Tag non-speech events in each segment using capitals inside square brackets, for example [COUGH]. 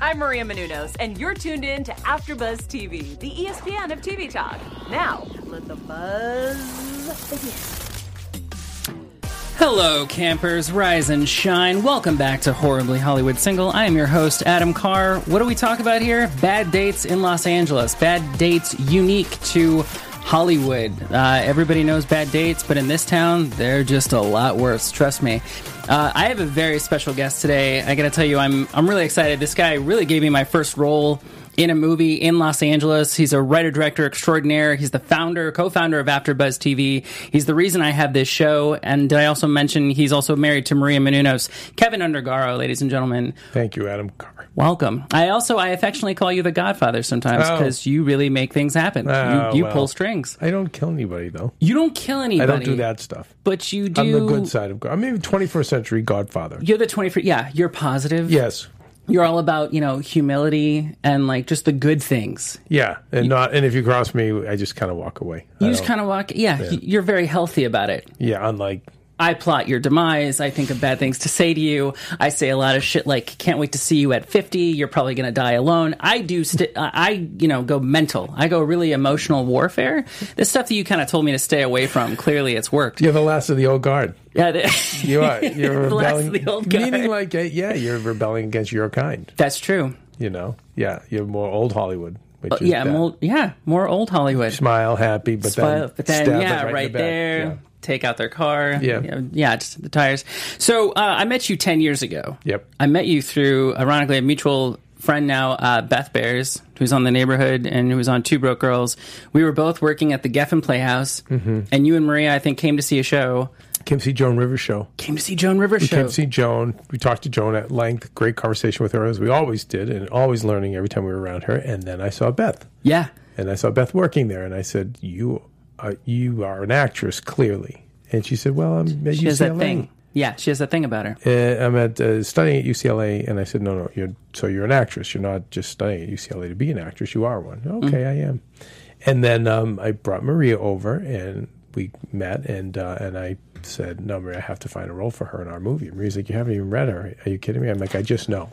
I'm Maria Menounos, and you're tuned in to AfterBuzz TV, the E ESPN of TV talk. Now, let the buzz begin. Hello, campers, rise and shine. Welcome back to Horribly Hollywood Single. I am your host, Adam Carr. What do we talk about here? Bad dates in Los Angeles, bad dates unique to Hollywood. Uh, everybody knows bad dates, but in this town, they're just a lot worse. Trust me. Uh, I have a very special guest today. I gotta tell you, I'm I'm really excited. This guy really gave me my first role in a movie in Los Angeles. He's a writer director extraordinaire. He's the founder, co-founder of AfterBuzz TV. He's the reason I have this show. And did I also mention he's also married to Maria Menounos, Kevin Undergaro, ladies and gentlemen. Thank you, Adam Carr. Welcome. I also I affectionately call you the Godfather sometimes Oh. because you really make things happen. Oh, you you well. pull strings. I don't kill anybody though. You don't kill anybody. I don't do that stuff. But you do. I'm the good side of God. I'm mean, 21st century Godfather. You're the 21st. Yeah, you're positive. Yes. you're all about you know humility and like just the good things. Yeah, and not and if you cross me, I just kind of walk away. Uh, You just kind of walk. Yeah, y you're very healthy about it. yeah, unlike I plot your demise. I think of bad things to say to you. I say a lot of shit like "Can't wait to see you at 50. You're probably going to die alone." I do. St- I I, you know go mental. I go really emotional warfare. This stuff that you kind of told me to stay away from. Clearly, it's worked. you're the last of the old guard. Yeah. th- You are. You're The last of rebelling. the old guard. [LAUGHS] Meaning like uh, yeah, you're rebelling against your kind. [LAUGHS] That's true. You know. Yeah, you're more old Hollywood. Which is Uh, Yeah, that. more, yeah, more old Hollywood. smile, happy, but Well, then but then, stab it yeah, in right, the back. there, Yeah. take out their car. Yeah. yeah, yeah, just the tires. So uh, I met you ten years ago. Yep. I met you through, ironically, a mutual friend now, uh, Beth Bears, who's on the neighborhood and who was on Two Broke Girls. We were both working at the Geffen Playhouse, and you and Maria, I think, came to see a show. Kim C. Joan Rivers show. Came to see Joan Rivers show. Kim C. Joan. We talked to Joan at length. Great conversation with her, as we always did, and always learning every time we were around her. And then I saw Beth, yeah, and I saw Beth working there, and I said, "You, are, you are an actress, clearly." And she said, "Well, I'm at she has that UCLA. thing. Yeah, she has that thing about her. Uh, I'm at uh, studying at UCLA." And I said, "No, no. You're, so you're an actress. You're not just studying at UCLA to be an actress. You are one. Okay, I am." And then um, I brought Maria over, and we met, and uh, and I said, "No, Maria, I have to find a role for her in our movie." Maria's like, "You haven't even read her. Are you kidding me?" I'm like, "I just know."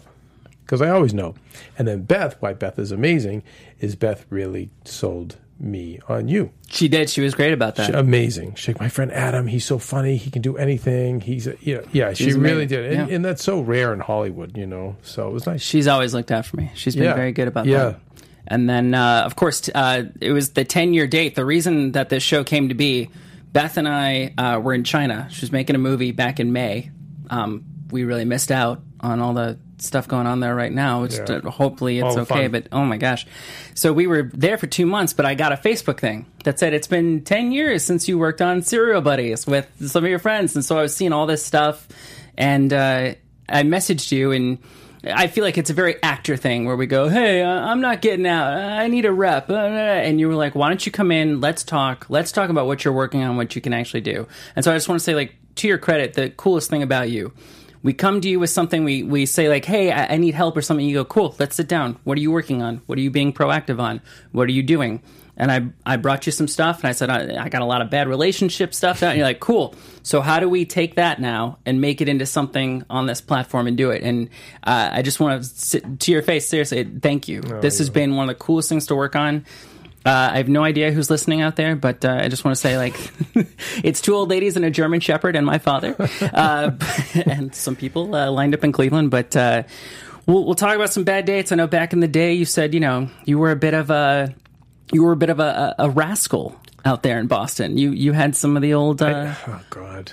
Because I always know. And then Beth, why Beth is amazing, is Beth really sold me on you She did. She was great about that. amazing. She's like, my friend Adam, he's so funny. He can do anything. He's, a, yeah, yeah, she She's really amazing. did. And, Yeah. and that's so rare in Hollywood, you know? So it was nice. She's always looked out for me. She's been Yeah. very good about Yeah. that. And then, uh, of course, t- uh, it was the 10 year date. The reason that this show came to be, Beth and I uh, were in China. She was making a movie back in May. Um, we really missed out on all the stuff going on there right now. Which Yeah. uh, hopefully it's All the okay, fun. but oh my gosh. So we were there for two months, but I got a Facebook thing that said it's been 10 years since you worked on Serial Buddies with some of your friends. And so I was seeing all this stuff and uh, I messaged you and I feel like it's a very actor thing where we go, hey, uh, I'm not getting out. Uh, I need a rep. Uh, And you were like, why don't you come in? Let's talk. Let's talk about what you're working on, what you can actually do. And so I just want to say, like, to your credit, the coolest thing about you we come to you with something we, we say like hey I, I need help or something you go cool let's sit down what are you working on what are you being proactive on what are you doing and i i brought you some stuff and i said i, I got a lot of bad relationship stuff out and you're like cool so how do we take that now and make it into something on this platform and do it and uh, i just want to sit to your face seriously thank you this has been one of the coolest things to work on uh, I have no idea who's listening out there, but uh, I just want to say, like, [LAUGHS] it's two old ladies and a German Shepherd and my father, uh, [LAUGHS] and some people uh, lined up in Cleveland. But uh, we'll, we'll talk about some bad dates. I know back in the day, you said, you know, you were a bit of a you were a bit of a, a, a rascal out there in Boston. You you had some of the old. Uh, oh, God.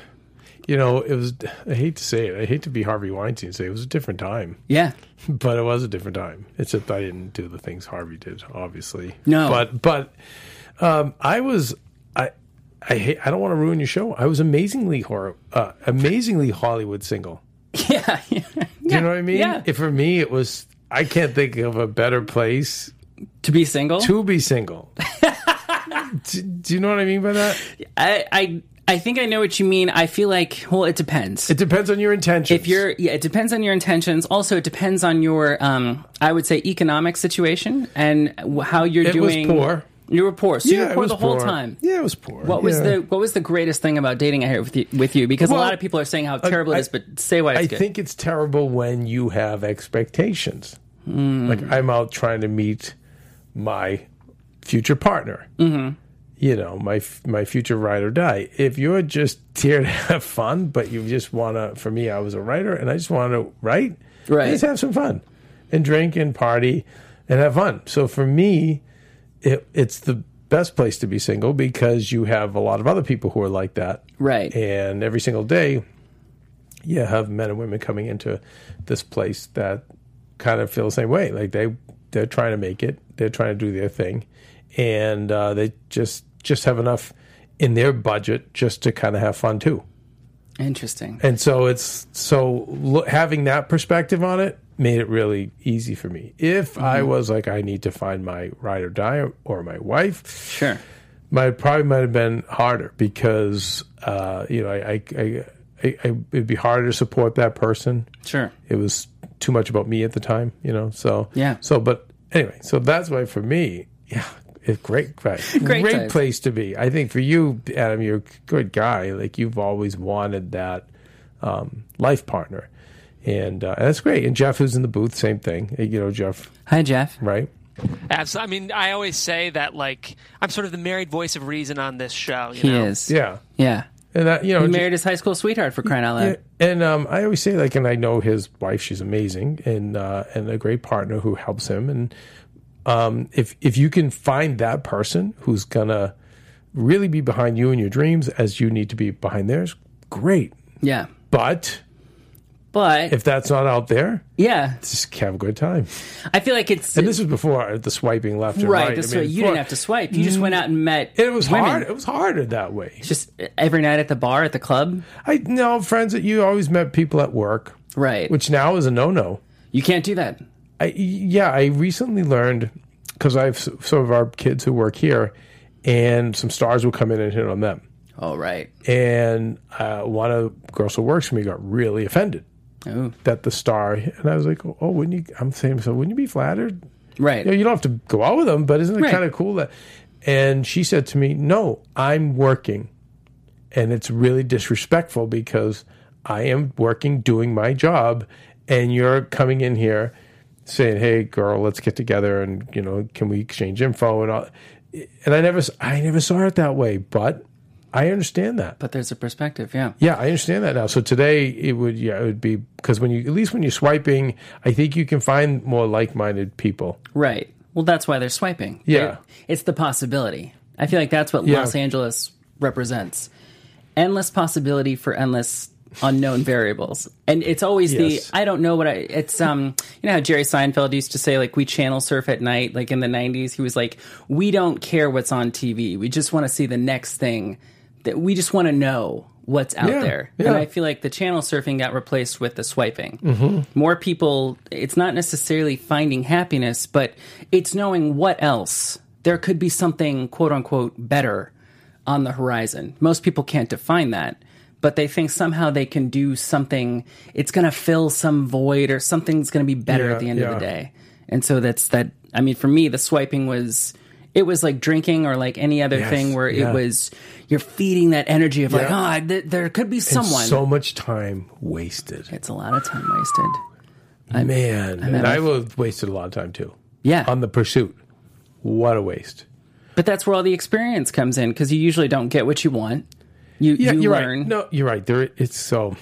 You know, it was, I hate to say it. I hate to be Harvey Weinstein and say it was a different time, [LAUGHS] yeah, [LAUGHS] but it was a different time. It's just I didn't do the things Harvey did, obviously. No. But, but um, I was, I, I hate, I don't want to ruin your show. I was amazingly horror, uh, amazingly Hollywood single. yeah, yeah. Do you know what I mean? Yeah. If for me, it was, I can't think of a better place to be single. to be single. do, do you know what I mean by that? I, I I think I know what you mean. I feel like well, it depends. It depends on your intentions. If you're, yeah, it depends on your intentions. Also, it depends on your, um, I would say, economic situation and w- how you're It was doing. poor. You were poor, so you Yeah, were it poor was the whole poor. time. Yeah, it was poor. What was Yeah. the What was the greatest thing about dating? I hear with you, with you because Well, a lot of people are saying how terrible I- it is, but say why it's I good. think it's terrible when you have expectations. Hmm. Like I'm out trying to meet my future partner. Mm-hmm. You know, my f- my future ride or die. If you're just here to have fun, but you just want to, for me, I was a writer and I just want to write. Right. Just have some fun and drink and party and have fun. So for me, it, it's the best place to be single because you have a lot of other people who are like that. Right. And every single day, you have men and women coming into this place that kind of feel the same way. Like they they're trying to make it, they're trying to do their thing, and uh, they just just have enough in their budget just to kind of have fun too. Interesting. And so it's so lo- having that perspective on it made it really easy for me. If I was like, I need to find my ride or die or, or my wife, Sure. my probably might have been harder because uh, you know I I, I, I I it'd be harder to support that person. Sure. It was too much about me at the time, you know. So Yeah. So, but anyway, so that's why for me, yeah, it's great, great, [LAUGHS] Great great place. place to be. I think for you, Adam, you're a good guy. Like you've always wanted that um, life partner, and, uh, and that's great. And Jeff, who's in the booth, same thing. You know, Jeff, Hi, Jeff. right? Absolutely. I mean, I always say that like I'm sort of the married voice of reason on this show. You He know? is. Yeah. Yeah. And that you know, He just- married his high school sweetheart for crying out loud. Yeah, and um, I always say like, and I know his wife; she's amazing and uh, and a great partner who helps him. And um, if if you can find that person who's gonna really be behind you and your dreams as you need to be behind theirs, great. Yeah. But But if that's not out there, yeah, just have a good time. I feel like it's And this was before the swiping left and right. right. that's I mean, right. You before- didn't have to swipe. You just went out and met. It was women. hard. It was harder that way. Just every night at the bar at the club. I know friends that you always met people at work, Right. which now is a no no. you can't do that. I, yeah, I recently learned because I have s- some of our kids who work here, and some stars will come in and hit on them. Oh right. And uh, one of the girls who works for me got really offended Oh that the star, and I was like, oh, wouldn't you? I'm saying, so wouldn't you be flattered? right. You, know, you don't have to go out with them, but isn't it Right. kind of cool that? And she said to me, no, I'm working, and it's really disrespectful because I am working, doing my job, and you're coming in here saying, "Hey, girl, let's get together, and you know, can we exchange info?" And all. And I never, s- I never saw it that way, but I understand that. But there's a perspective. Yeah. Yeah, I understand that now. So today it would yeah it would be because when you at least when you're swiping, I think you can find more like-minded people. Right. Well, that's why they're swiping. Yeah. right? It's the possibility. I feel like that's what Yeah. Los Angeles represents endless possibility for endless unknown [LAUGHS] variables. And it's always Yes. the I don't know what I it's um you know how Jerry Seinfeld used to say like we channel surf at night like in the 90s he was like we don't care what's on TV. We just want to see the next thing that we just want to know what's out Yeah, there. yeah. And I feel like the channel surfing got replaced with the swiping. Mm-hmm. More people it's not necessarily finding happiness but it's knowing what else there could be something quote unquote better on the horizon. Most people can't define that, but they think somehow they can do something. It's going to fill some void or something's going to be better Yeah, at the end of the yeah. day. And so that's that. I mean, for me, the swiping was. It was like drinking or like any other Yes, thing where yeah. it was you're feeding that energy of like, Yeah. oh, I- th- there could be someone. So much time wasted, it's a lot of time wasted. man. and I will have wasted a lot of time too. Yeah. on the pursuit. What a waste. But that's where all the experience comes in because you usually don't get what you want. You, Yeah, you you are learn. right. No, you're right. There, it's so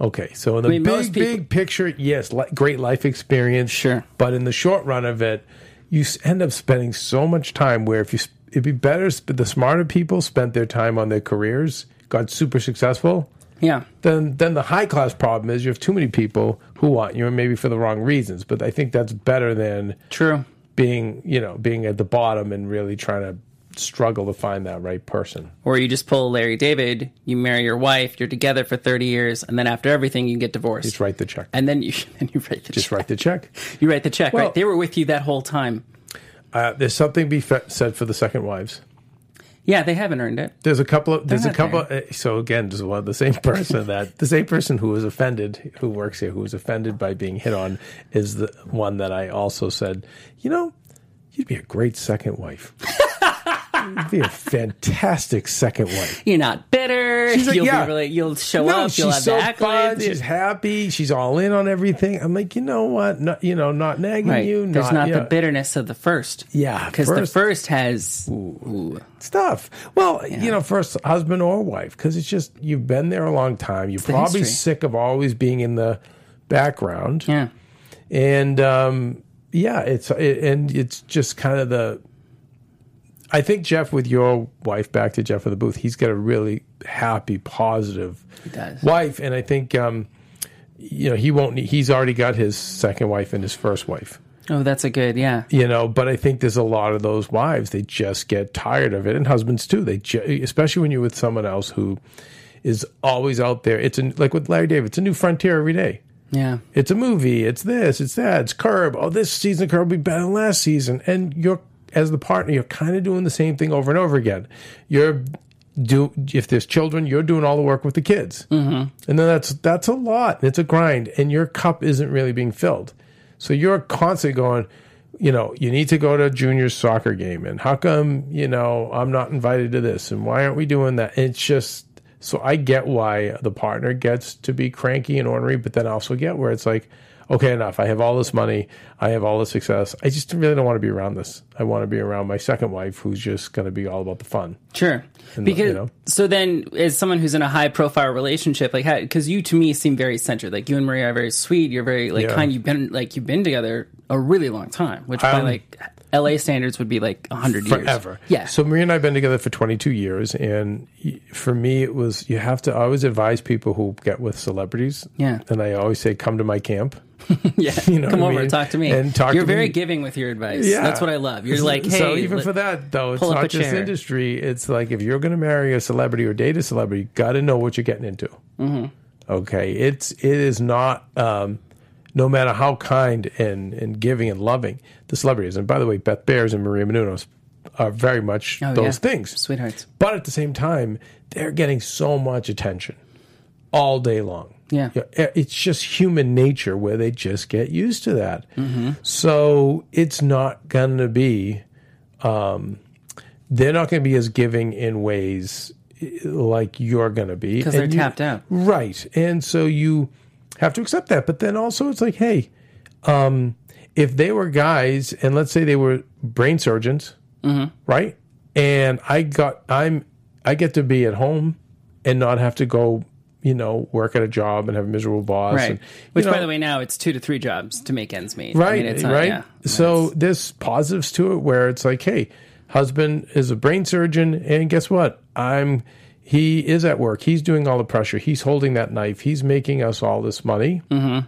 okay. So in the mean, most big, people- big picture, yes, li- great life experience. Sure. but in the short run of it, you s- end up spending so much time where if you, sp- it'd be better. Sp- the smarter people spent their time on their careers, got super successful. Yeah. Then, then the high class problem is you have too many people who want you, and maybe for the wrong reasons. But I think that's better than True. being, you know, being at the bottom and really trying to struggle to find that right person. or you just pull Larry David, you marry your wife, you're together for 30 years, and then after everything, you get divorced. Just write the check. And then you, [LAUGHS] then you write the Just check. write the check. You write the check, Well- right? They were with you that whole time. Uh, there's something be fe- said for the second wives. Yeah, they haven't earned it. There's a couple of there's a not couple. uh so again, just one the same [LAUGHS] person that the same person who was offended, who works here, who was offended by being hit on, is the one that I also said. You know, you'd be a great [LAUGHS] second wife. you'd be a fantastic second wife. You're not bitter. She's like, you'll yeah. be really, you'll show no, up. You'll she's have so the fun. accolades. She's happy. She's all in on everything. I'm like, you know what? Not, you know, not nagging right. you. There's not yeah. the bitterness of the first. Yeah, because the first- first has ooh, stuff. Well, you know, first husband or wife, because it's just you've been there a long time. You're the probably history. sick of always being in the background, yeah. and um, yeah, it's it, and it's just kind of the. I think Jeff, with your wife, back to Jeff of the booth, he's got a really happy, positive does. wife, and I think um, you know he won't. Need, he's already got his second wife and his first wife Oh, that's a good yeah. you know but i think there's a lot of those wives they just get tired of it and husbands too they ju- especially when you're with someone else who is always out there it's an, like with larry david it's a new frontier every day Yeah. it's a movie it's this it's that it's curb oh this season of curb will be better than last season and you're as the partner you're kind of doing the same thing over and over again you're do if there's children you're doing all the work with the kids mm-hmm. and then that's that's a lot and it's a grind and your cup isn't really being filled so you're constantly going you know you need to go to a junior soccer game and how come you know i'm not invited to this and why aren't we doing that it's just so i get why the partner gets to be cranky and ornery but then I also get where it's like okay enough i have all this money i have all this success i just really don't want to be around this i want to be around my second wife who's just going to be all about the fun Sure. And, because you know. so then, as someone who's in a high profile relationship, like because you to me seem very centered. Like you and Maria are very sweet. You're very like Yeah. kind. You've been like you've been together a really long time, which by Um, like L.A. standards would be like hundred years. forever. Yeah. So Maria and I have been together for 22 years, and y- for me, it was you have to I always advise people who get with celebrities. Yeah. And I always say, come to my camp. [LAUGHS] yeah. [LAUGHS] you know Come what over I mean? and talk to me. And talk You're to very me. giving with your advice. Yeah. That's what I love. You're like, hey, so even let- for that though, it's pull up a not just chair. industry. It's like if you're going to marry a celebrity or date a celebrity, you got to know what you're getting into. Mm-hmm. Okay, it's it is not. Um, no matter how kind and, and giving and loving the celebrity is, and by the way, Beth Bears and Maria Menounos are very much Oh, those yeah. things. sweethearts. But at the same time, they're getting so much attention all day long. Yeah. Yeah, It's just human nature where they just get used to that. Mm-hmm. So it's not going to be, um, they're not going to be as giving in ways eh, like you're going to be. 'Cause And they're you- tapped out. Right. And so you have to accept that. But then also it's like, hey, um, if they were guys and let's say they were brain surgeons, Mm-hmm. right? And I got I'm I get to be at home and not have to go, you know, work at a job and have a miserable boss. Right. And, you Which, by know, the way, now it's two to three jobs to make ends meet. I right, mean, it's not- right. yeah. So there's positives to it where it's like, hey, husband is a brain surgeon, and guess what? I'm he is at work. He's doing all the pressure. He's holding that knife. He's making us all this money. Mm-hmm.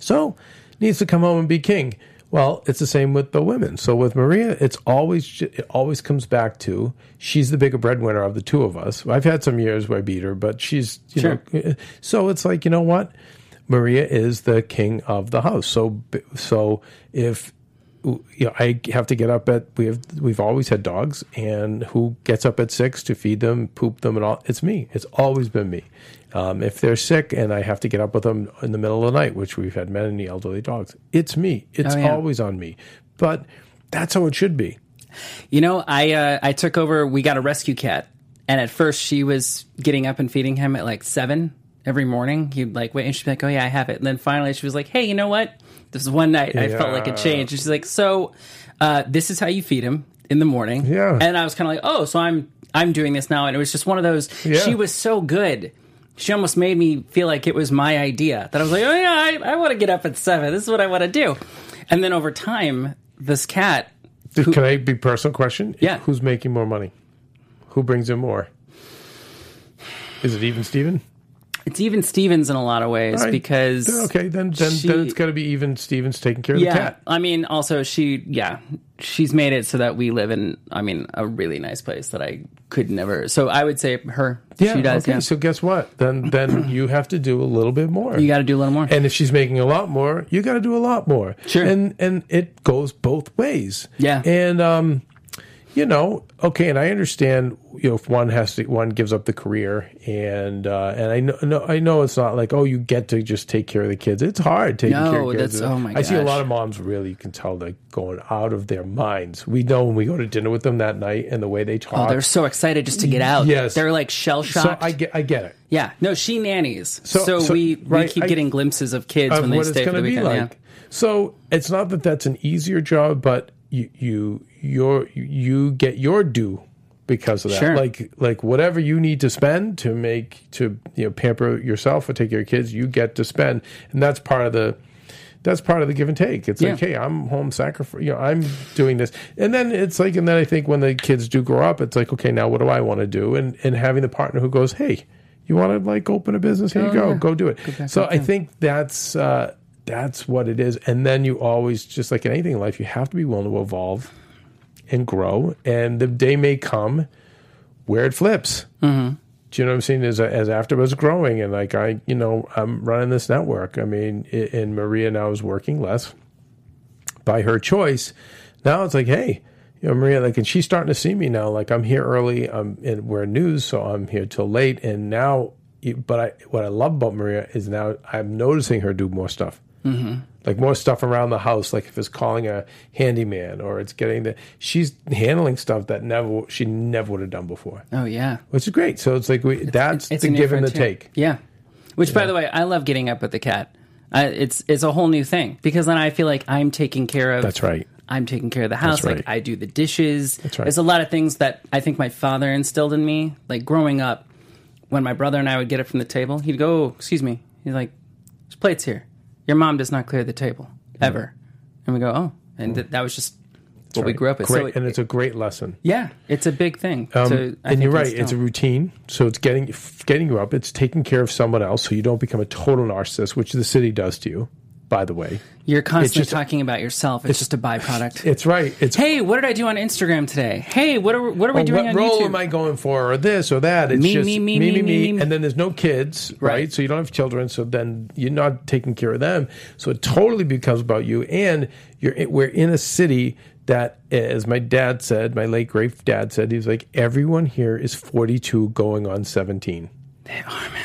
So needs to come home and be king. Well, it's the same with the women. So with Maria, it's always it always comes back to she's the bigger breadwinner of the two of us. I've had some years where I beat her, but she's you Sure. know. eh, So it's like you know what, Maria is the king of the house. So so if you know, I have to get up at we have we've always had dogs, and who gets up at six to feed them, poop them, and all? It's me. It's always been me. Um, if they're sick and I have to get up with them in the middle of the night, which we've had many elderly dogs, it's me. It's Oh, yeah. always on me. But that's how it should be. You know, I uh, I took over. We got a rescue cat, and at first she was getting up and feeding him at like seven every morning. He'd like wait, and she'd be like, "Oh yeah, I have it." And then finally, she was like, "Hey, you know what? This is one night I felt like a Yeah. change." And she's like, "So, uh, this is how you feed him in the morning." Yeah. and I was kind of like, "Oh, so I'm I'm doing this now." And it was just one of those. Yeah. She was so good. She almost made me feel like it was my idea that I was like, "Oh yeah, I, I want to get up at seven. This is what I want to do." And then over time, this cat Can I be personal question? Yeah. Who's making more money? Who brings in more? Is it even Steven? It's even Stevens in a lot of ways All right. because Then okay, then then, she- then it's got to be even. Steven's taking care of yeah, the cat. I mean, also she yeah, she's made it so that we live in I mean a really nice place that I could never. So I would say her. she does. Okay. yeah. So guess what? Then then you have to do a little bit more. you got to do a little more. and if she's making a lot more, you got to do a lot more. Sure. And and it goes both ways. Yeah. And um, you know, okay, and I understand, you know, if one has to, one gives up the career, and uh, and I know, no, I know it's not like, oh, you get to just take care of the kids. It's hard taking No, care of kids. that's- oh my I see a gosh. lot of moms really, you can tell they're going out of their minds. We know when we go to dinner with them that night and the way they Oh, talk. they're so excited just to get out. Yes. They're like shell so shocked. I get, I get it. yeah. No, she nannies. So, So- so- we, we right, keep I- getting glimpses of kids of when they what it's stay for going the to be weekend. like. yeah. So it's not that that's an easier job, but you you your you get your due because of that. Sure. Like like whatever you need to spend to make to you know pamper yourself or take care of kids, you get to spend, and that's part of the. That's part of the give and take. It's like, Yeah. hey, I'm home sacrifice. You know, I'm doing this, and then it's like, and then I think when the kids do grow up, it's like, okay, now what do I want to do? And and having the partner who goes, hey, you want to like open a business? Here you go, go do it. So I think that's uh, that's what it is. And then you always, just like in anything in life, you have to be willing to evolve and grow. And the day may come where it flips. Mm-hmm. Do you know what I'm saying? As as AfterBuzz growing, and like I, you know, I'm running this network. I mean, i- and Maria now is working less by her choice. Now it's like, hey, you know, Maria, like, and she's starting to see me now. Like, I'm here early. I'm in, we're news, so I'm here till late. And now, but I, what I love about Maria is now I'm noticing her do more stuff. Like more stuff around the house, like if it's calling a handyman or it's getting the, she's handling stuff that never she never would have done before, Oh, yeah. which is great. So it's like we that's It's the a new give and the frontier. take. Yeah. Which, by the way, I love getting up with the cat. I, it's it's a whole new thing because then I feel like I'm taking care of. That's right. I'm taking care of the house. right. Like I do the dishes. That's right. There's a lot of things that I think my father instilled in me. Like growing up, when my brother and I would get up from the table, he'd go, oh, "Excuse me." He's like, "There's plates here. Your mom does not clear the table Mm. ever." And we go, "Oh," and th- that was just what we Right. grew up with. Great, So it- and it's a great lesson. yeah, it's a big thing. Um, to, I and think, you're right. instill. It's a routine, so it's getting f- getting you up. It's taking care of someone else, so you don't become a total narcissist, which the city does to you. By the way, you're constantly just- talking about yourself. It's, just a byproduct. it's right. It's hey, what did I do on Instagram today? Hey, what are what are we "Oh, doing what on role YouTube? am I going for, or this or that? It's Me, just me, me, me, me, me. and then there's no kids, right. Right. So you don't have children, so then you're not taking care of them. So it totally becomes about you, and you're we're in a city that, as my dad said, my late great dad said, he was like, everyone here is 42 going on 17.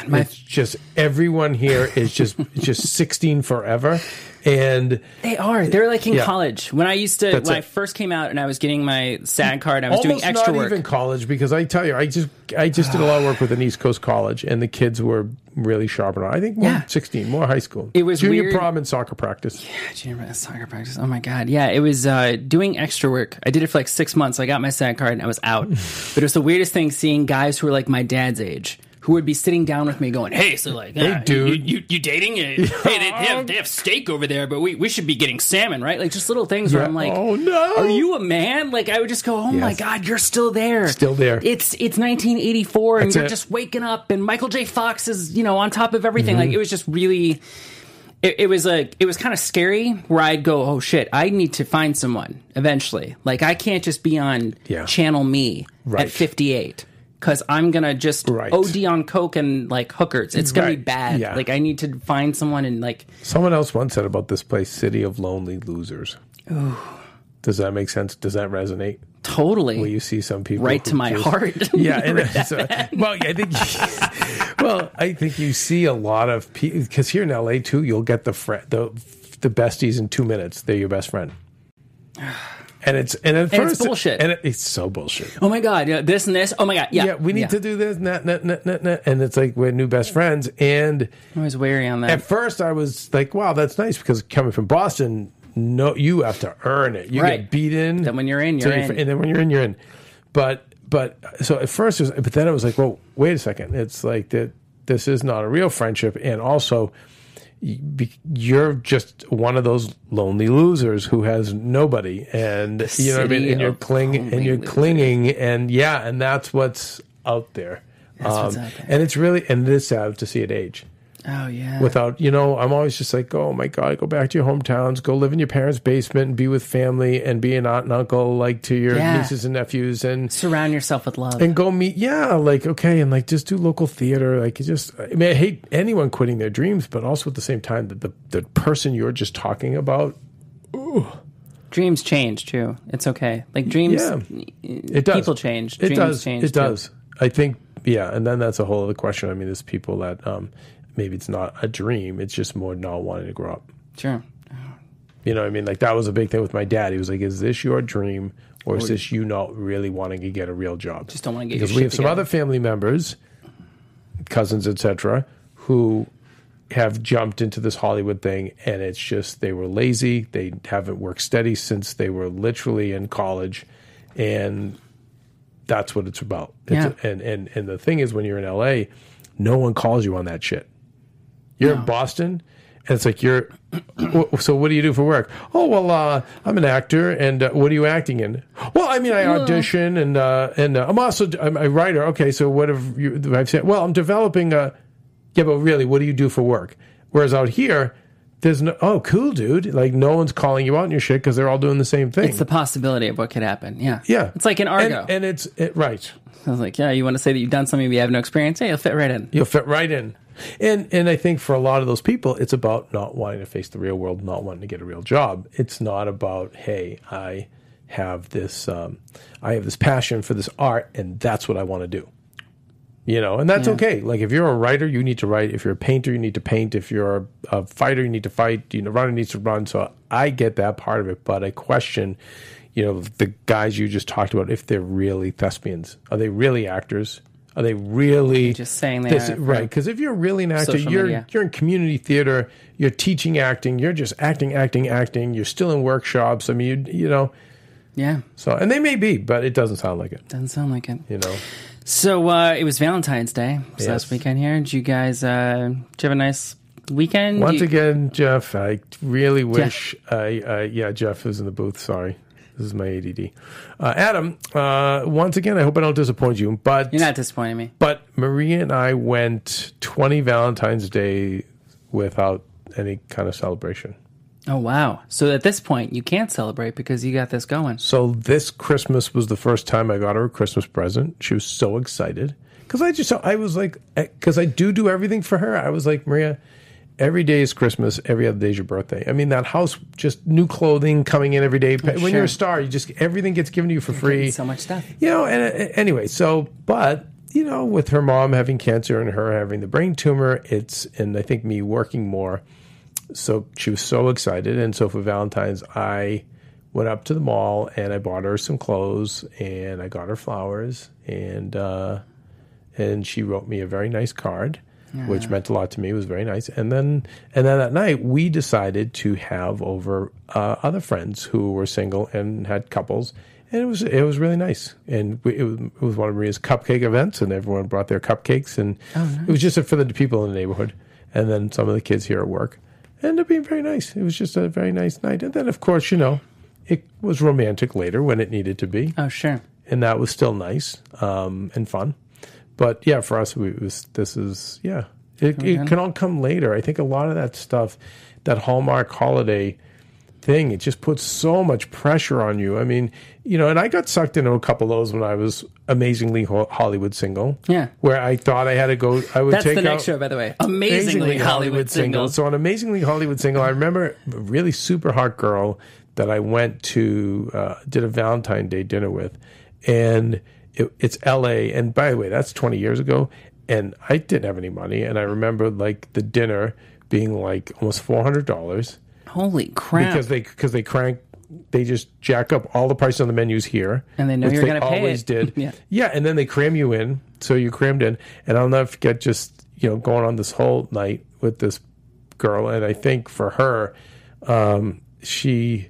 My- it's just everyone here is just [LAUGHS] just 16 forever and they are. They're like in Yeah. college. When I used to, That's when it. I first came out and I was getting my SAG card, I was doing almost extra not work. even college because I tell you I just I just did a lot of work with an East Coast college and the kids were really sharper. I think more Yeah. 16, more high school. It was junior weird. prom and soccer practice. Junior Bra- soccer practice. Oh my god, yeah, it was uh, doing extra work. I did it for like six months. I got my SAG card and I was [LAUGHS] out. but it was the weirdest thing seeing guys who were like my dad's age who would be sitting down with me going, "Hey, so like, hey, dude." you, you, you dating? Uh, hey, they, they, have, they have steak over there, but we, we should be getting salmon, right? Like just little things where Yeah. I'm like, Oh, no. are you a man? Like I would just go, oh my Yes. god, you're still there, Still there. It's it's 1984 and That's you're it. just waking up, and Michael J. Fox is you know on top of everything. Mm-hmm. Like it was just really it, it was like it was kind of scary where I'd go, oh shit, I need to find someone eventually. Like I can't just be on Yeah. channel me Right. at 58 because I'm gonna just Right. OD on coke and like hookers. It's gonna be Right. bad. Yeah. Like I need to find someone and like Someone else once said about this place city of lonely losers. Does that make sense? Does that resonate? totally You see some people right who to my just- heart. [LAUGHS] yeah, and [LAUGHS] it's, uh, well, I think, well, I think you [LAUGHS] see a lot of people because here in LA too, you'll get the fri the the besties in two minutes. They're your best [SIGHS] friend, and it's and at And it's first bullshit. and it, it's so bullshit. oh my god, yeah, this and this. Oh my god, yeah, Yeah, we need to do this, nah, nah, nah, nah, nah, and it's like we're new best friends. And I was wary on that. at first, I was like, wow, that's nice because coming from Boston, no, you have to earn it. You Right. get beat in. Then when you're in, till you're you- in. And then when you're in, you're in. But but so at first, it was, but then I was like, well, wait a second. It's like that. This is not a real friendship, and also. y- be- You're just one of those lonely losers who has nobody, and you know what I mean. city And you're of clinging, and lonely you're losers. clinging, and yeah, and that's what's out there. what's out there. And it's really, and it is sad to see it age oh yeah, without you know i'm always just like oh my god go back to your hometowns go live in your parents basement and be with family and be an aunt and uncle like to your Yeah. nieces and nephews and surround yourself with love. and go meet yeah like okay and like just do local theater like you just i mean i hate anyone quitting their dreams but also at the same time that the, the person you're just talking about dreams change too. It's okay. Like dreams, Yeah. it It does. People change. It dreams does. Change it too. does. I think. Yeah, and then that's a whole other question. I mean, there's people that um, maybe it's not a dream; it's just more not wanting to grow up. Sure. You know, what I mean, like that was a big thing with my dad. He was like, "Is this your dream, or is this you not really wanting to get a real job?" Oh, Just don't wanna get your because shit we have some together. other family members, cousins, etc., who have jumped into this Hollywood thing, and it's just they were lazy. They haven't worked steady since they were literally in college, and that's what it's about. It's, Yeah. And and and the thing is, when you're in LA, no one calls you on that shit. You're in Boston, and it's like you're. "Wh- so what do you do for work? Oh well, uh, I'm an actor, and uh, what are you acting in? Well, I mean, I audition, and uh, and uh, I'm also I'm a writer. Okay, so what have you? I've said. Well, I'm developing a. Yeah, but really, what do you do for work? Whereas out here, there's no. Oh, cool, dude. Like no one's calling you out on your shit because they're all doing the same thing. It's the possibility of what could happen. Yeah. yeah, It's like an And- Argo. and, it's it, right. I was like, yeah, you want to say that you've done something but you have no experience? Yeah, you'll fit right in. You'll fit right in. And and I think for a lot of those people, it's about not wanting to face the real world, not wanting to get a real job. It's not about hey, I have this, um, I have this passion for this art, and that's what I want to do. You know, and that's okay. Like if you're a writer, you need to write. If you're a painter, you need to paint. If you're a, a fighter, you need to fight. You know, runner needs to run. So I get that part of it, but I question, you know, the guys you just talked about if they're really thespians. Are they really actors? Are they really Just saying they this, are for right? Because if you're really an actor, social you're media. you're in community theater, you're teaching acting, you're just acting, acting, acting. You're still in workshops. I mean, you you know, Yeah. so and they may be, but it doesn't sound like it. Doesn't sound like it. You know, So uh, it was Valentine's Day this last Yes. weekend here. Did you guys uh, did you have a nice weekend? once You- again, Jeff, I really wish. I uh, yeah, Jeff is in the booth. Sorry, this is my ADD. Uh, Adam, uh, once again, I hope I don't disappoint you, but You're not disappointing me. but Maria and I went twenty Valentine's Day without any kind of celebration. Oh wow! So at this point, you can't celebrate because you got this going. So this Christmas was the first time I got her a Christmas present. She was so excited because I just I was like because I do do everything for her. I was like Maria, every day is Christmas. Every other day is your birthday. I mean that house just new clothing coming in every day. when Oh, sure. you're a star, you just everything gets given to you for free. So much stuff. You know, and uh, anyway, so but you know, with her mom having cancer and her having the brain tumor, it's and I think me working more. So she was so excited, and so for Valentine's, I went up to the mall and I bought her some clothes and I got her flowers and uh, and she wrote me a very nice card, which meant a lot to me. It was very nice. And then and then that night we decided to have over uh, other friends who were single and had couples, and it was it was really nice. And we, it, was, it was one of Maria's cupcake events, and everyone brought their cupcakes, and it was just for the people in the neighborhood, and then some of the kids here at work. It Ended up being very nice. It was just a very nice night. And then, of course, you know, it was romantic later when it needed to be Oh sure. and that was still nice um, and fun. But yeah, for us, we, it was this is yeah, it, it can all come later. I think a lot of that stuff, that Hallmark holiday thing, it just puts so much pressure on you. I mean, you know, and I got sucked into a couple of those when I was amazingly Ho- Hollywood single. Yeah. where I thought I had to go. I would That's take the next out, show, by the way. Amazingly, Hollywood single. so on Amazingly Hollywood Single, I remember a really super hot girl that I went to uh, did a Valentine Day dinner with, and it, it's L.A. And by the way, that's twenty years ago, and I didn't have any money, and I remember like the dinner being like almost four hundred dollars Holy crap! because they because they crank they just jack up all the prices on the menus here, And they know which you're gonna pay always it. did. [LAUGHS] Yeah. yeah, and then they cram you in, so you crammed in, and I'll never forget just you know going on this whole night with this girl, and I think for her, um, she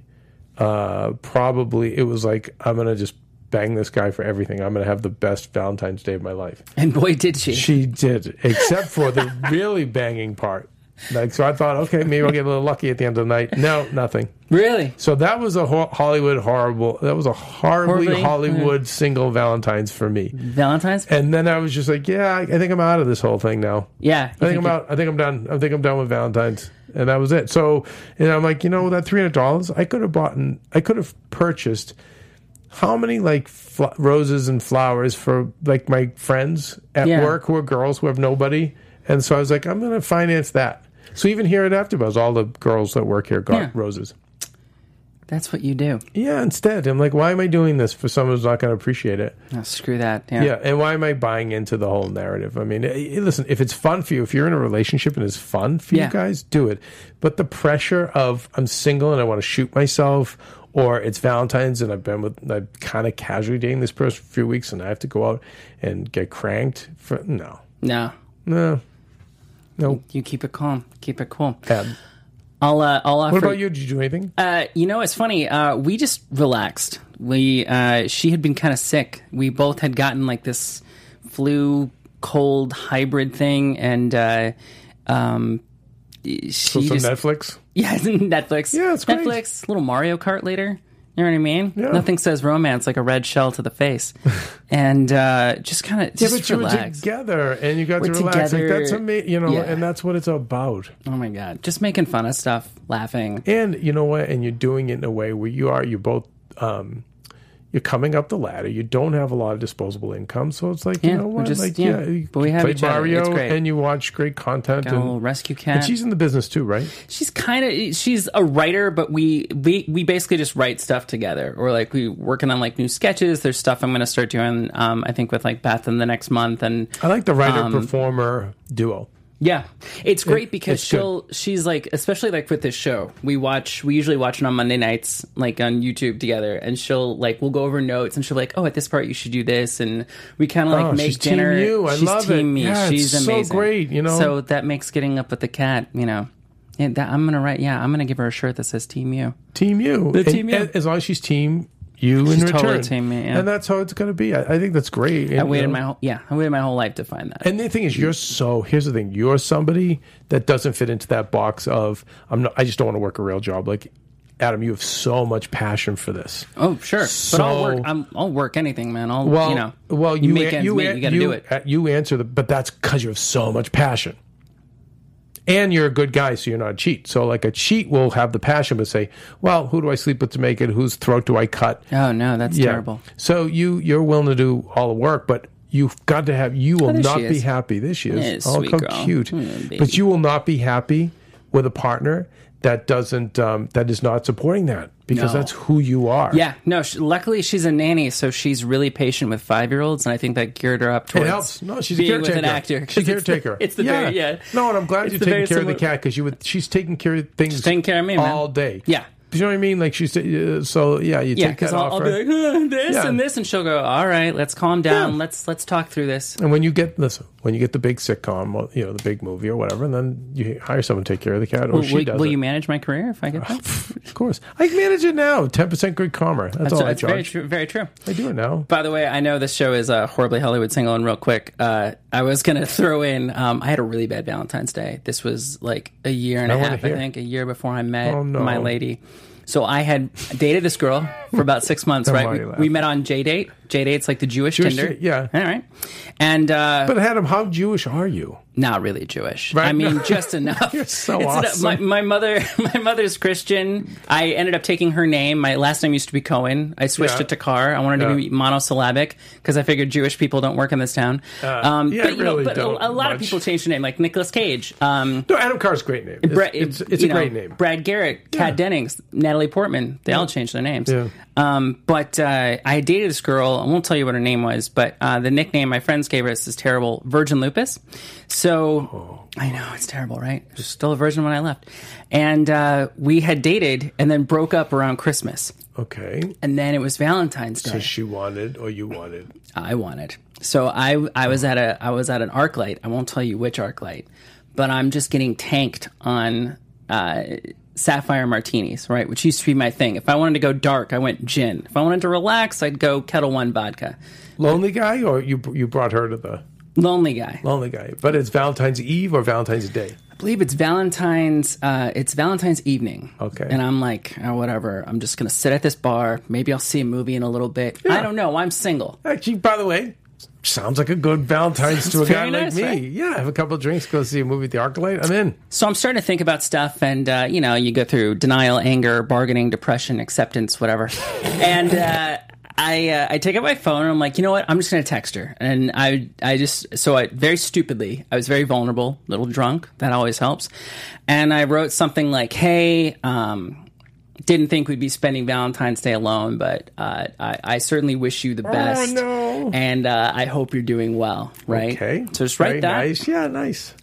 uh, probably it was like I'm gonna just bang this guy for everything. I'm gonna have the best Valentine's Day of my life. and boy, did she. She did, except for the [LAUGHS] really banging part. Like so, I thought, okay, maybe I'll get a little lucky at the end of the night. No, nothing. Really? So that was a ho- Hollywood horrible. That was a horribly Horribly? Mm-hmm. Hollywood single Valentine's for me. Valentine's? And then I was just like, yeah, I I think I'm out of this whole thing now. Yeah. I think I'm out. I think I'm done. I think I'm done with Valentine's. And that was it. So, and I'm like, you know, that three hundred dollars, I could have bought. an- I could have purchased how many like fl- roses and flowers for like my friends at Yeah. work who are girls who have nobody. And so I was like, I'm going to finance that. So even here at AfterBuzz, all the girls that work here got Yeah. roses. That's what you do. Yeah, instead, I'm like, why am I doing this for someone who's not going to appreciate it? Oh, screw that. Yeah. Yeah, and why am I buying into the whole narrative? I mean, eh, eh, listen, if it's fun for you, if you're in a relationship and it's fun for Yeah. you guys, do it. But the pressure of I'm single and I want to shoot myself, or it's Valentine's and I've been with I'm kind of casually dating this person for a few weeks and I have to go out and get cranked for no, No, no, no. you keep it calm. Keep it cool. Bad. I'll uh, I'll offer. What about you? Did you do anything? Uh, you know, it's funny. Uh, we just relaxed. We uh, she had been kind of sick. We both had gotten like this flu cold hybrid thing, and uh, um, she So some just Netflix. [LAUGHS] yeah Netflix. Yeah, it's great. Netflix. Little Mario Kart later. You know what I mean? Yeah. Nothing says romance like a red shell to the [LAUGHS] face, and uh, just kind of Yeah, just but you were relax. together and you got We're to relax. Like, together. that's amazing, you know, Yeah. and that's what it's about. oh my god, just making fun of stuff, laughing. And you know what? And you're doing it in a way where you are, you're both, um, you're coming up the ladder. You don't have a lot of disposable income, so it's like Yeah, you know we're what? just- like yeah, you but we have play each other. Mario It's great. and you watch great content. Got a little And, rescue cat. and she's in the business too, right? she's kind of she's a writer but we, we we basically just write stuff together or like we working on like new sketches there's stuff i'm going to start doing um, i think with like beth in the next month and I like the writer Um, performer duo. yeah it's great because it's good. she'll she's like especially like with this show we watch we usually watch it on monday nights like on youtube together and she'll like we'll go over notes and she'll be like oh at this part you should do this and we kind of like Oh, make she's team dinner you. I she's love team it. me Yeah, it's she's so amazing great, you know? so that makes getting up with the cat you know yeah, that, I'm gonna write. Yeah, I'm gonna give her a shirt that says "Team You." Team you. The And- team you. and As long as she's team you in return. totally team me, yeah. And that's how it's going to be. I, I think that's great. I waited my whole yeah, I waited my whole life to find that. And the thing is, you're so. Here's the thing: you're somebody that doesn't fit into that box of I'm not. I just don't want to work a real job. Like Adam, you have so much passion for this. oh sure, but I'll work. So- I'm, I'll work anything, man. I'll Well, you know. well, you, make an- ends meet. an- You got to do it. uh, You answer the, but that's because you have so much passion. And you're a good guy, so you're not a cheat. So, like a cheat will have the passion, but say, "Well, who do I sleep with to make it? Whose throat do I cut?" Oh no, that's terrible. So you you're willing to do all the work, but you've got to have you will Oh, there not she be is. happy. There she is. Yeah, oh, sweet how girl. cute! Mm, baby. but you will not be happy with a partner that doesn't um, that is not supporting that because No. that's who you are. Yeah, no. She, luckily, she's a nanny, so she's really patient with five year olds, and I think that geared her up It towards helps. No, she's a being caretaker. with an actor. 'cause She's a it's the- caretaker. [LAUGHS] It's the, very- yeah. No, and I'm glad It's you're the taking very care of similar- the cat because you would. She's taking care of things. She's taking care of me, man. all day. Yeah. Do you know what I mean? Like she's uh, so yeah. Yeah, You take that because I'll, off I'll be her. like "Huh, this Yeah. and this, and she'll go, "All right, let's calm down. Yeah. Let's let's talk through this." And when you get listen, when you get the big sitcom, well, you know the big movie or whatever, and then you hire someone to take care of the cat, or she will does will it. you manage my career if I get that? That's, of course, I can manage it now. Ten percent good karma. That's, all I that's very charge. true. Very true. I do it now. By the way, I know this show is a horribly Hollywood single, and real quick, uh, I was going to [LAUGHS] throw in. Um, I had a really bad Valentine's Day. This was like a year and I a wanna half, I hear. think, a year before I met Oh, no. my lady. So I had dated this girl for about six months, why right? you We, laugh. we met on J Date. J Date's like the Jewish, Jewish Tinder, date, yeah. All right, and uh, But Adam, how Jewish are you? not really Jewish. Right. I [LAUGHS] mean, just enough. You're so enough. awesome. My, my mother, [LAUGHS] my mother's Christian. I ended up taking her name. My last name used to be Cohen. I switched Yeah. it to Carr. I wanted Yeah. to be monosyllabic because I figured Jewish people don't work in this town. um, Uh, yeah, but you really know, but a, don't a lot of much. people changed their name, like Nicolas Cage. Um, No, Adam Carr's a great name. It's, Brad- it's, it's a you know, great name. Brad Garrett, Kat Dennings, Natalie Portman. They all changed their names. Yeah. Um, but uh, I dated this girl. I won't tell you what her name was, but uh, the nickname my friends gave her is this terrible Virgin Lupus. Oh. So I know it's terrible, right? She's still a virgin when I left, and uh, we had dated and then broke up around Christmas, Okay, and then it was Valentine's Day. so she wanted or you wanted. I wanted. So I I was at a I was at an arc light. I won't tell you which arc light, but I'm just getting tanked on uh, sapphire martinis, right? Which used to be my thing. If I wanted to go dark, I went gin. If I wanted to relax, I'd go kettle one vodka. Lonely guy, or you you brought her to the Lonely guy. lonely guy. But it's Valentine's Eve or Valentine's Day. I believe it's Valentine's. Uh, it's Valentine's evening. Okay. And I'm like, oh, whatever. I'm just gonna sit at this bar. Maybe I'll see a movie in a little bit. I don't know. I'm single. Actually, by the way, sounds like a good Valentine's to a guy very nice, like me. right? Yeah, have a couple of drinks, go see a movie at the Arclight. I'm in. So I'm starting to think about stuff, and uh, you know, you go through denial, anger, bargaining, depression, acceptance, [LAUGHS] whatever. and uh, I uh, I take out my phone, and I'm like, you know what? I'm just going to text her. And I I just so I very stupidly, I was very vulnerable, little drunk. That always helps. And I wrote something like, "Hey, um, didn't think we'd be spending Valentine's Day alone, but uh, I, I certainly wish you the best. Oh, no. And uh, I hope you're doing well, right? Okay. So just write Very that. Nice. Yeah, nice.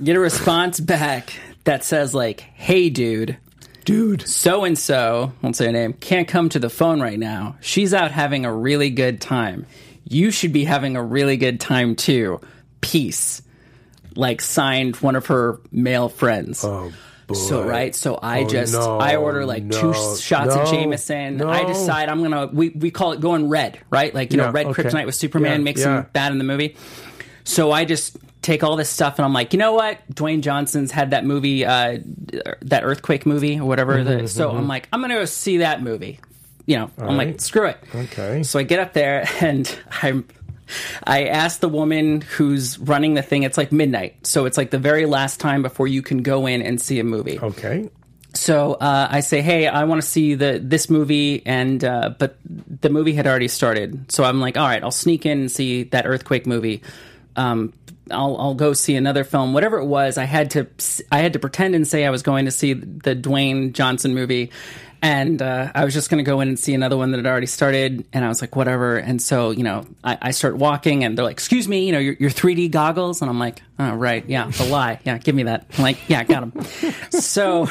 Get a response back that says, like, hey, [LAUGHS] dude, Dude. so and so, won't say her name, can't come to the phone right now. She's out having a really good time. You should be having a really good time too. Peace. Like, signed one of her male friends. Oh, boy. So right, so I Oh, just no, I order like two no, shots of no, Jameson. I no. decide I'm gonna we, we call it going red, right? Like you know, Yeah, red okay. kryptonite with Superman Yeah, makes yeah. him bad in the movie. So I just take all this stuff and I'm like, you know what? Dwayne Johnson's had that movie, uh, that earthquake movie or whatever. the, so I'm like, I'm gonna go see that movie. You know, I'm like, right. screw it. Okay. So I get up there [LAUGHS] and I'm. I asked the woman who's running the thing. It's like midnight, so it's like the very last time before you can go in and see a movie. Okay. So uh, I say, hey, I want to see the this movie, and uh, but the movie had already started. So I'm like, all right, I'll sneak in and see that earthquake movie. Um, I'll I'll go see another film, whatever it was. I had to I had to pretend and say I was going to see the Dwayne Johnson movie, and uh, I was just going to go in and see another one that had already started. And I was like, whatever. And so you know, I, I start walking, and they're like, excuse me, you know, your, your 3D goggles, and I'm like, oh right, yeah, a lie, yeah, give me that. I'm like, yeah, got him. so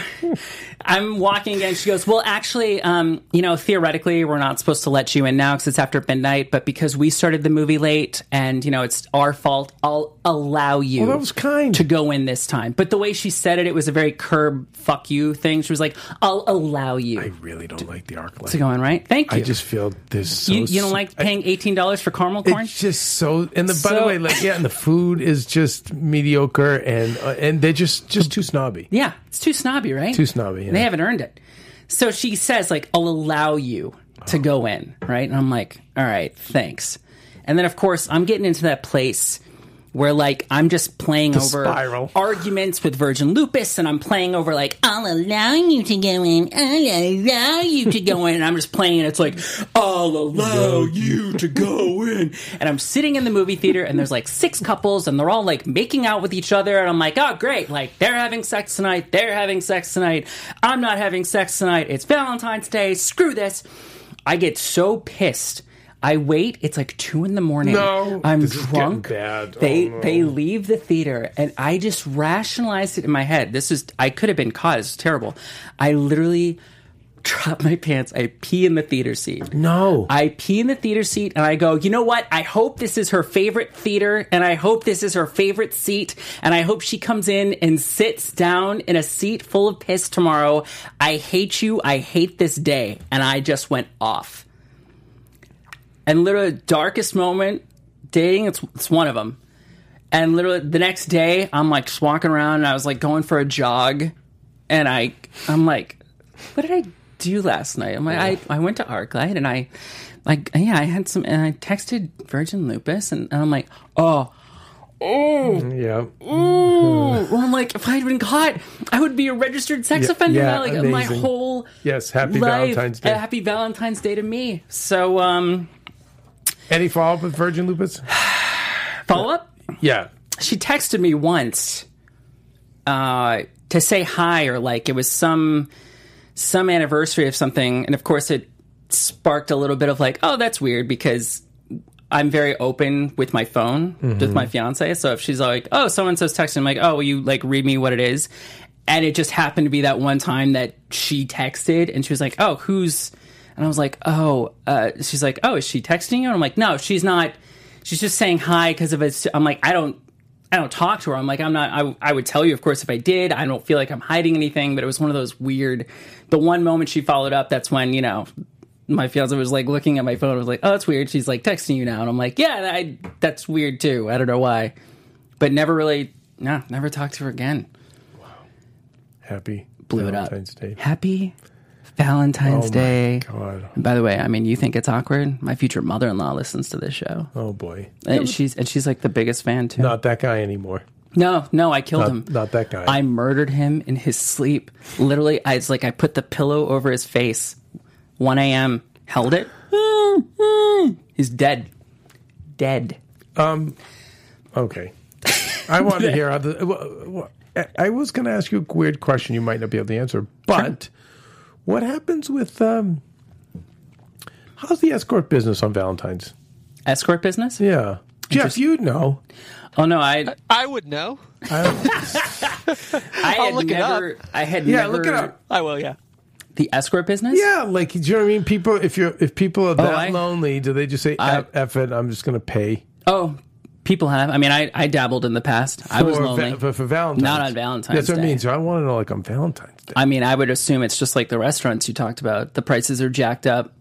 I'm walking again. She goes, Well, actually, um, you know, theoretically, we're not supposed to let you in now because it's after midnight, but because we started the movie late and, you know, it's our fault, I'll allow you Well, that was kind. to go in this time. But the way she said it, it was a very curb fuck you thing. She was like, I'll allow I you really don't like the arc light. to go in, right? Thank you. I just feel this. So you, you don't s- like paying $18 for caramel corn? It's just so. And the, by So- the way, like yeah, and the food is just mediocre, and uh, and they're just just too snobby. Yeah, it's too snobby, right? Too snobby, yeah. They haven't earned it. So she says, like, I'll allow you to Oh. go in, right? And I'm like, all right, thanks. And then, of course, I'm getting into that place where, like, I'm just playing over spiral. arguments with Virgin Lupus, and I'm playing over, like, I'll allow you to go in, I'll allow you to go in. And I'm just playing, and it's like, I'll allow you to go in. And I'm sitting in the movie theater, and there's like six couples, and they're all like making out with each other. And I'm like, oh, great. Like, they're having sex tonight. They're having sex tonight. I'm not having sex tonight. It's Valentine's Day. Screw this. I get so pissed. I wait. It's like two in the morning. No. I'm This is getting drunk. bad. They Oh, no. they leave the theater, and I just rationalized it in my head. This is I could have been caught. It's terrible. I literally drop my pants. I pee in the theater seat. No. I pee in the theater seat and I go, you know what? I hope this is her favorite theater and I hope this is her favorite seat and I hope she comes in and sits down in a seat full of piss tomorrow. I hate you. I hate this day. And I just went off. And literally, darkest moment dating, it's, it's one of them. And literally the next day, I'm like just walking around and I was like going for a jog and I I'm like, what did I do last night? I'm like, I, I went to ArcLight and I like yeah, I had some and I texted Virgin Lupus and, and I'm like, oh Mm, yeah. ooh. Well, I'm like, if I had been caught, I would be a registered sex Hmm. Yeah, offender yeah, now. Like my amazing. whole Yes, happy life. Valentine's Day. Uh, Happy Valentine's Day to me. So um Any follow up with Virgin Lupus? follow up? Yeah. she texted me once uh, to say hi or like it was some some anniversary of something and of course it sparked a little bit of like oh that's weird because i'm very open with my phone with my fiance so if she's like oh so and so's texting i'm like oh will you like read me what it is and it just happened to be that one time that she texted and she was like oh who's and i was like oh uh, she's like oh is she texting you and i'm like no she's not she's just saying hi because of it's i'm like i don't I don't talk to her. I'm like, I'm not, I, I would tell you, of course, if I did. I don't feel like I'm hiding anything, but it was one of those weird, the one moment she followed up, that's when, you know, my fiance was like looking at my phone. I was like, oh, that's weird. She's like texting you now. And I'm like, yeah, I, that's weird too. I don't know why. But never really, no, never talked to her again. Happy Blew Valentine's it up. Day. Happy Valentine's Oh Day. my God. By the way, I mean, you think it's awkward? My future mother in law listens to this show. Oh boy. And she's, and she's like the biggest fan too. Not that guy anymore. No, no, I killed him. not that guy. I murdered him in his sleep. Literally, I, it's like I put the pillow over his face. 1 a.m. Held [LAUGHS] it. He's dead. Dead. Okay. I wanted to hear other. wha- wha- I was going to ask you a weird question you might not be able to answer, but What happens with um? How's the escort business on Valentine's? Escort business? Yeah, Jeff, you'd know. Oh no, I I would know. I had look it never. I had [LAUGHS] Yeah, never. look it up. I will. Yeah. The escort business? Yeah, like do you know what I mean? People, if you're if people are that Oh, I- lonely, do they just say I- "F- "F it"? I'm just going to pay Oh, people have. I mean, I, I dabbled in the past. I was for, lonely. va- for, for Valentine's. Not on Valentine's That's what I Day. mean. So I want to know, like on Valentine's Day. I mean, I would assume it's just like the restaurants you talked about. The prices are jacked up.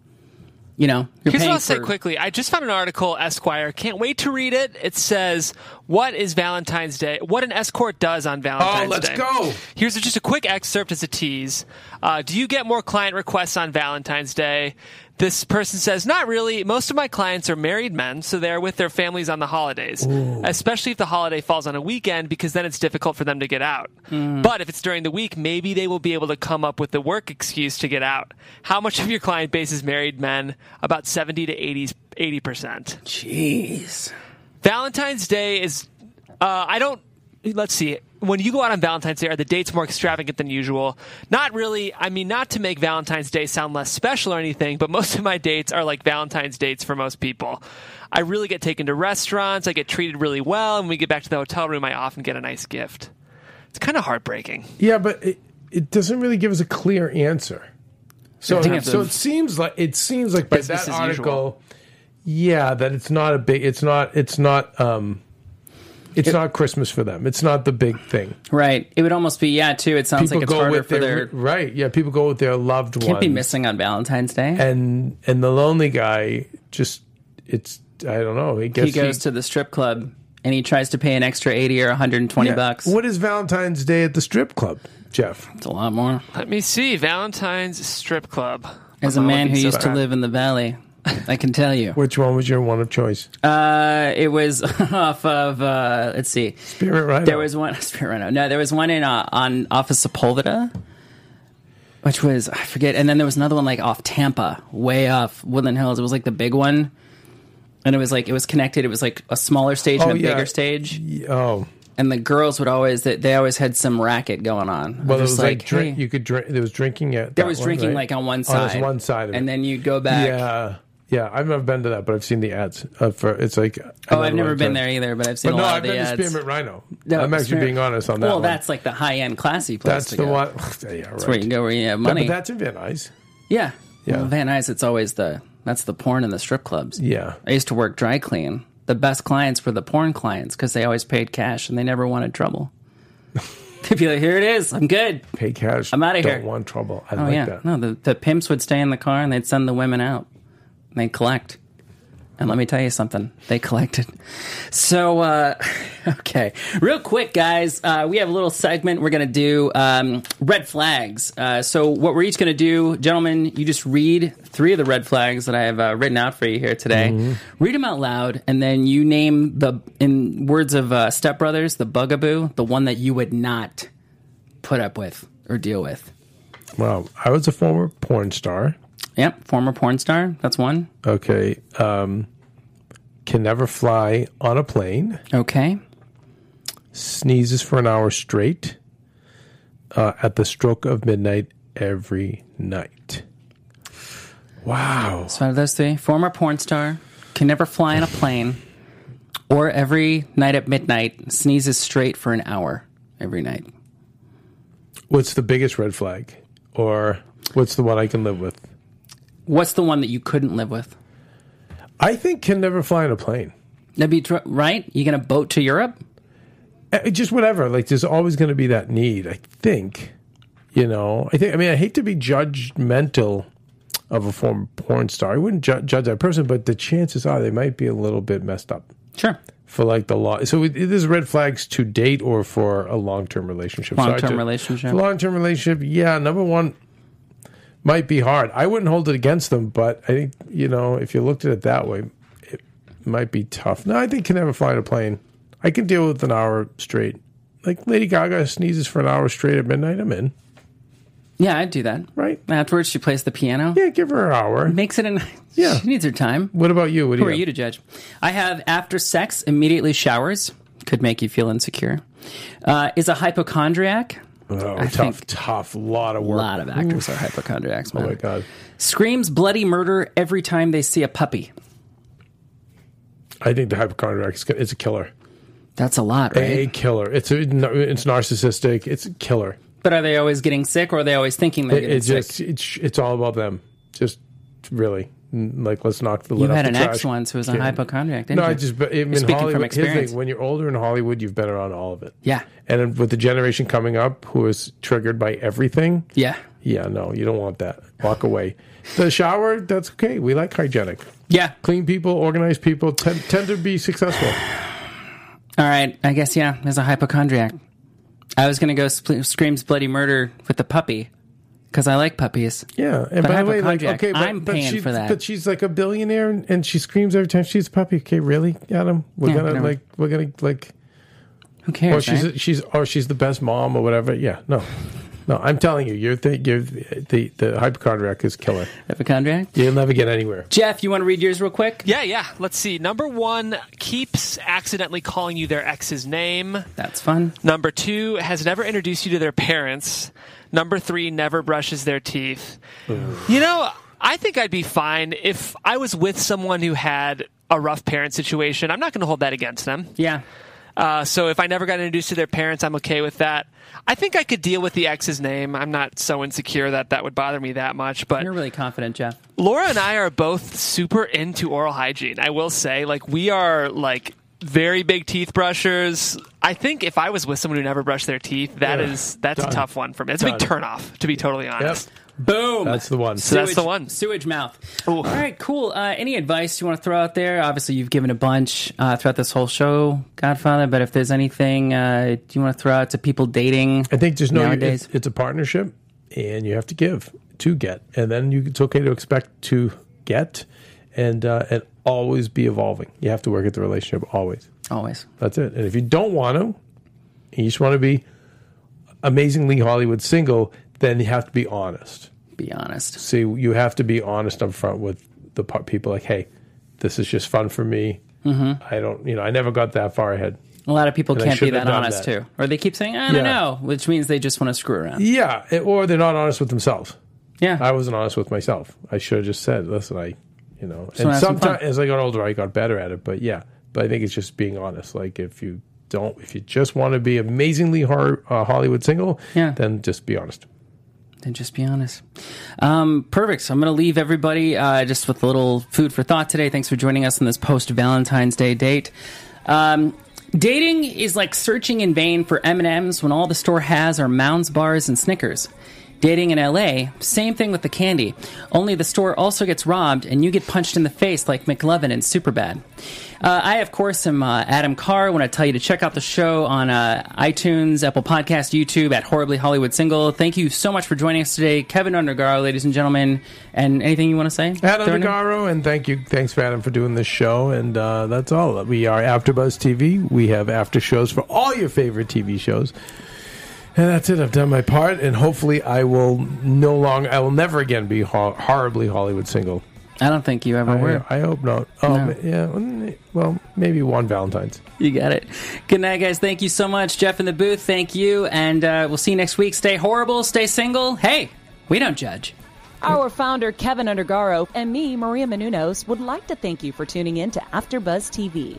You know, you're Here's what paying I'll say for- quickly. I just found an article, Esquire. Can't wait to read it. It says, What is Valentine's Day? What an escort does on Valentine's Oh, let's Day. go. Here's just a quick excerpt as a tease. Uh, do you get more client requests on Valentine's Day? This person says, Not really. Most of my clients are married men, so they're with their families on the holidays, especially if the holiday falls on a weekend because then it's difficult for them to get out. Hmm. But if it's during the week, maybe they will be able to come up with the work excuse to get out. How much of your client base is married men? About 70 to 80, 80%. Jeez. Valentine's Day is. Uh, I don't. Let's see. When you go out on Valentine's Day, are the dates more extravagant than usual? Not really. I mean, not to make Valentine's Day sound less special or anything, but [LAUGHS] most of my dates are like Valentine's dates for most people. I really get taken to restaurants. I get treated really well. And when we get back to the hotel room, I often get a nice gift. It's kind of heartbreaking. Yeah, but it, it doesn't really give us a clear answer. So, I think it's so a- it seems like it seems like by Business that as article, yeah, that it's not a big. It's not. It's not. um It's not Christmas for them. It's not the big thing. Right. It would almost be yeah. Too. It sounds like it's harder for their. right. Yeah, people go with their loved one. Can't be missing on Valentine's Day. and and the lonely guy just it's I don't know. He gets he goes to the strip club and he tries to pay an extra eighty or one hundred and twenty Yeah. bucks. What is Valentine's Day at the strip club, Jeff? It's a lot more. Let me see. Valentine's Strip Club. As a man who so used to bad. live in the valley, I can tell [LAUGHS] you. Which one was your one of choice? Uh, it was [LAUGHS] off of uh, let's see. Spirit Rhino. There was one [LAUGHS] Spirit Rhino. No, there was one in uh, on off of Sepulveda, which was I forget. And then there was another one like off Tampa, way off Woodland Hills. It was like the big one, and it was like it was connected. It was like a smaller stage Oh, and a yeah. bigger stage. oh And the girls would always they, they always had some racket going on. well, it Just was like, drink. hey. You could drink. There was drinking at. there that was one, drinking right? like on one Oh, side, there's one side of and it. then you'd go back. yeah, yeah. I've never been to that, but I've seen the ads uh, for. It's like Oh, I've never been there either, but I've seen But a no, lot I've of the been ads. to Spearmint Rhino. No, I'm actually Spirit- being honest on that. Well, one. that's like the high end, classy place. that's to the go. one. [LAUGHS] yeah, right. where you go where you have But- money. but that's in Van Nuys. Yeah. Yeah. Well, Van Nuys, it's always the that's the porn in the strip clubs. Yeah. I used to work dry clean. The best clients were the porn clients because they always paid cash and they never wanted trouble. [LAUGHS] They'd be like, "Here it is. I'm good." Pay cash. I'm outta Don't here. want trouble. I Oh like yeah. that. No, the, the pimps would stay in the car and they'd send the women out. And they'd collect. And let me tell you something. They collected. So uh [LAUGHS] okay. Real quick, guys, uh we have a little segment we're gonna do um red flags. Uh so what we're each gonna do, gentlemen, you just read three of the red flags that I have uh, written out for you here today. Mm-hmm. Read them out loud and then you name the in words of uh stepbrothers, the bugaboo, the one that you would not put up with or deal with. Wow. I was a former porn star. Yep, former porn star. That's one. Okay. Um, can never fly on a plane. Okay. Sneezes for an hour straight. Uh, at the stroke of midnight every night. Wow. So out of those three, former porn star, can never fly in a plane, or every night at midnight sneezes straight for an hour every night. What's the biggest red flag? Or what's the one I can live with? What's the one that you couldn't live with? I think can never fly on a plane. That'd be dr- right. You gonna boat to Europe? Uh, just whatever. Like, there's always going to be that need. I think, you know. I think. I mean, I hate to be judgmental of a former porn star. I wouldn't ju- judge that person, but the chances are they might be a little bit messed up Sure. for like the law. So it, it is red flags to date or for a long term relationship. So I Long-term ju- relationship. For long-term relationship. Yeah, number one might be hard. I wouldn't hold it against them, but I think you know if you looked at it that way, it might be tough. No, I think can never fly on a plane. I can deal with an hour straight. Like Lady Gaga sneezes for an hour straight at midnight. I'm in. Yeah, I'd do that. Right? Afterwards, she plays the piano. Yeah, give her an hour. Makes it an. Yeah. She needs her time. What about you? What do Who are you? you to judge? I have after sex immediately showers could make you feel insecure. Uh, is a hypochondriac. Oh, I tough, think- tough, lot of A work. lot of actors are hypochondriacs, man. Oh my god, Screams bloody murder every time they see a puppy. I think the hypochondriac is, is a killer. That's a lot, right? A killer. It's a, it's narcissistic. It's a killer. But are they always getting sick, or are they always thinking they're It, getting it's sick? just it's it's all about them. Just really, N- like let's knock the lid you off had the an trash. ex once who was a Yeah. hypochondriac, didn't No, you? I just but in, in speaking from Hollywood, here's the thing, experience. when you're older in Hollywood, you've been around all of it. yeah, And with the generation coming up who is triggered by everything, yeah, yeah, no, you don't want that. Walk away. The shower, that's okay. We like hygienic. yeah. Clean people, organized people tend, tend to be successful. All right, I guess yeah. As a hypochondriac, I was gonna go spl- screams bloody murder with the puppy because I like puppies. Yeah. And But by the way, like, hypochondriac, okay, but, I'm but paying she- for that. But she's like a billionaire and, and she screams every time she's a puppy. Okay, really, Adam? We're Yeah, gonna whatever. like, we're gonna like, Who or cares? she's right? she's or she's the best mom or whatever. Yeah, no, no. I'm telling you, you're the you're the the, the hypochondriac is killer. hypochondriac. You'll never get anywhere. Jeff, you want to read yours real quick? Yeah, yeah. Let's see. Number one keeps accidentally calling you their ex's name. That's fun. Number two has never introduced you to their parents. Number three never brushes their teeth. You know, I think I'd be fine if I was with someone who had a rough parent situation. I'm not going to hold that against them. Yeah, Uh, so if I never got introduced to their parents, I'm okay with that. I think I could deal with the ex's name. I'm not so insecure that that would bother me that much. But you're really confident, Jeff. Laura and I are both super into oral hygiene. I will say, like, we are like very big teeth brushers. I think if I was with someone who never brushed their teeth, that is Yeah. that's Done. a tough one for me. It's a big Done. turnoff, to be totally Yep, honest. Boom. that's the one. So that's the one. Sewage mouth. Ooh. All right, cool. Uh, any advice you want to throw out there? Obviously, you've given a bunch uh, throughout this whole show, Godfather. But if there's anything uh, you want to throw out to people dating, I think just know you- Nowadays. it's, it's a partnership, and you have to give to get, and then you, it's okay to expect to get, and uh, and always be evolving. You have to work at the relationship always. always. That's it. And if you don't want to, and you just want to be amazingly Hollywood single, then you have to be honest. Be honest. See, you have to be honest up front with the par- people. Like, hey, this is just fun for me. Mm-hmm. I don't, you know, I never got that far ahead. A lot of people And I can't be shouldn't that have done honest that. too, or they keep saying, "I don't Yeah. know," which means they just want to screw around. Yeah, it- or they're not honest with themselves. Yeah, I wasn't honest with myself. I should have just said, listen, I, you know. and wanna have some fun. sometimes as I got older, I got better at it. But yeah, but I think it's just being honest. Like if you don't, if you just want to be amazingly hard, uh, Hollywood single, Yeah. then just be honest. and just be honest. Um, perfect. So I'm going to leave everybody uh, just with a little food for thought today. Thanks for joining us on this post Valentine's Day date. Um, dating is like searching in vain for M and M's when all the store has are Mounds bars and Snickers. Dating in LA, same thing with the candy. Only the store also gets robbed, and you get punched in the face like McLovin in Superbad. Uh, I, of course, am uh, Adam Carr. I want to tell you to check out the show on uh, iTunes, Apple Podcast, YouTube at Horribly Hollywood Single. Thank you so much for joining us today, Kevin Undergaro, ladies and gentlemen. And anything you want to say? Adam Throw in there? Nagaro, and thank you, thanks for Adam for doing this show, and uh, that's all. We are AfterBuzz TV. We have after shows for all your favorite TV shows, and that's it. I've done my part, and hopefully, I will no longer, I will never again be ho- horribly Hollywood single. I don't think you ever were. I, I hope not. Um, No. Yeah, mm, well, maybe one Valentine's. You got it. Good night, guys. Thank you so much. Jeff in the booth, thank you. And uh, we'll see you next week. Stay horrible, stay single. Hey, we don't judge. Our founder, Kevin Undergaro, and me, Maria Menounos, would like to thank you for tuning in to AfterBuzz TV.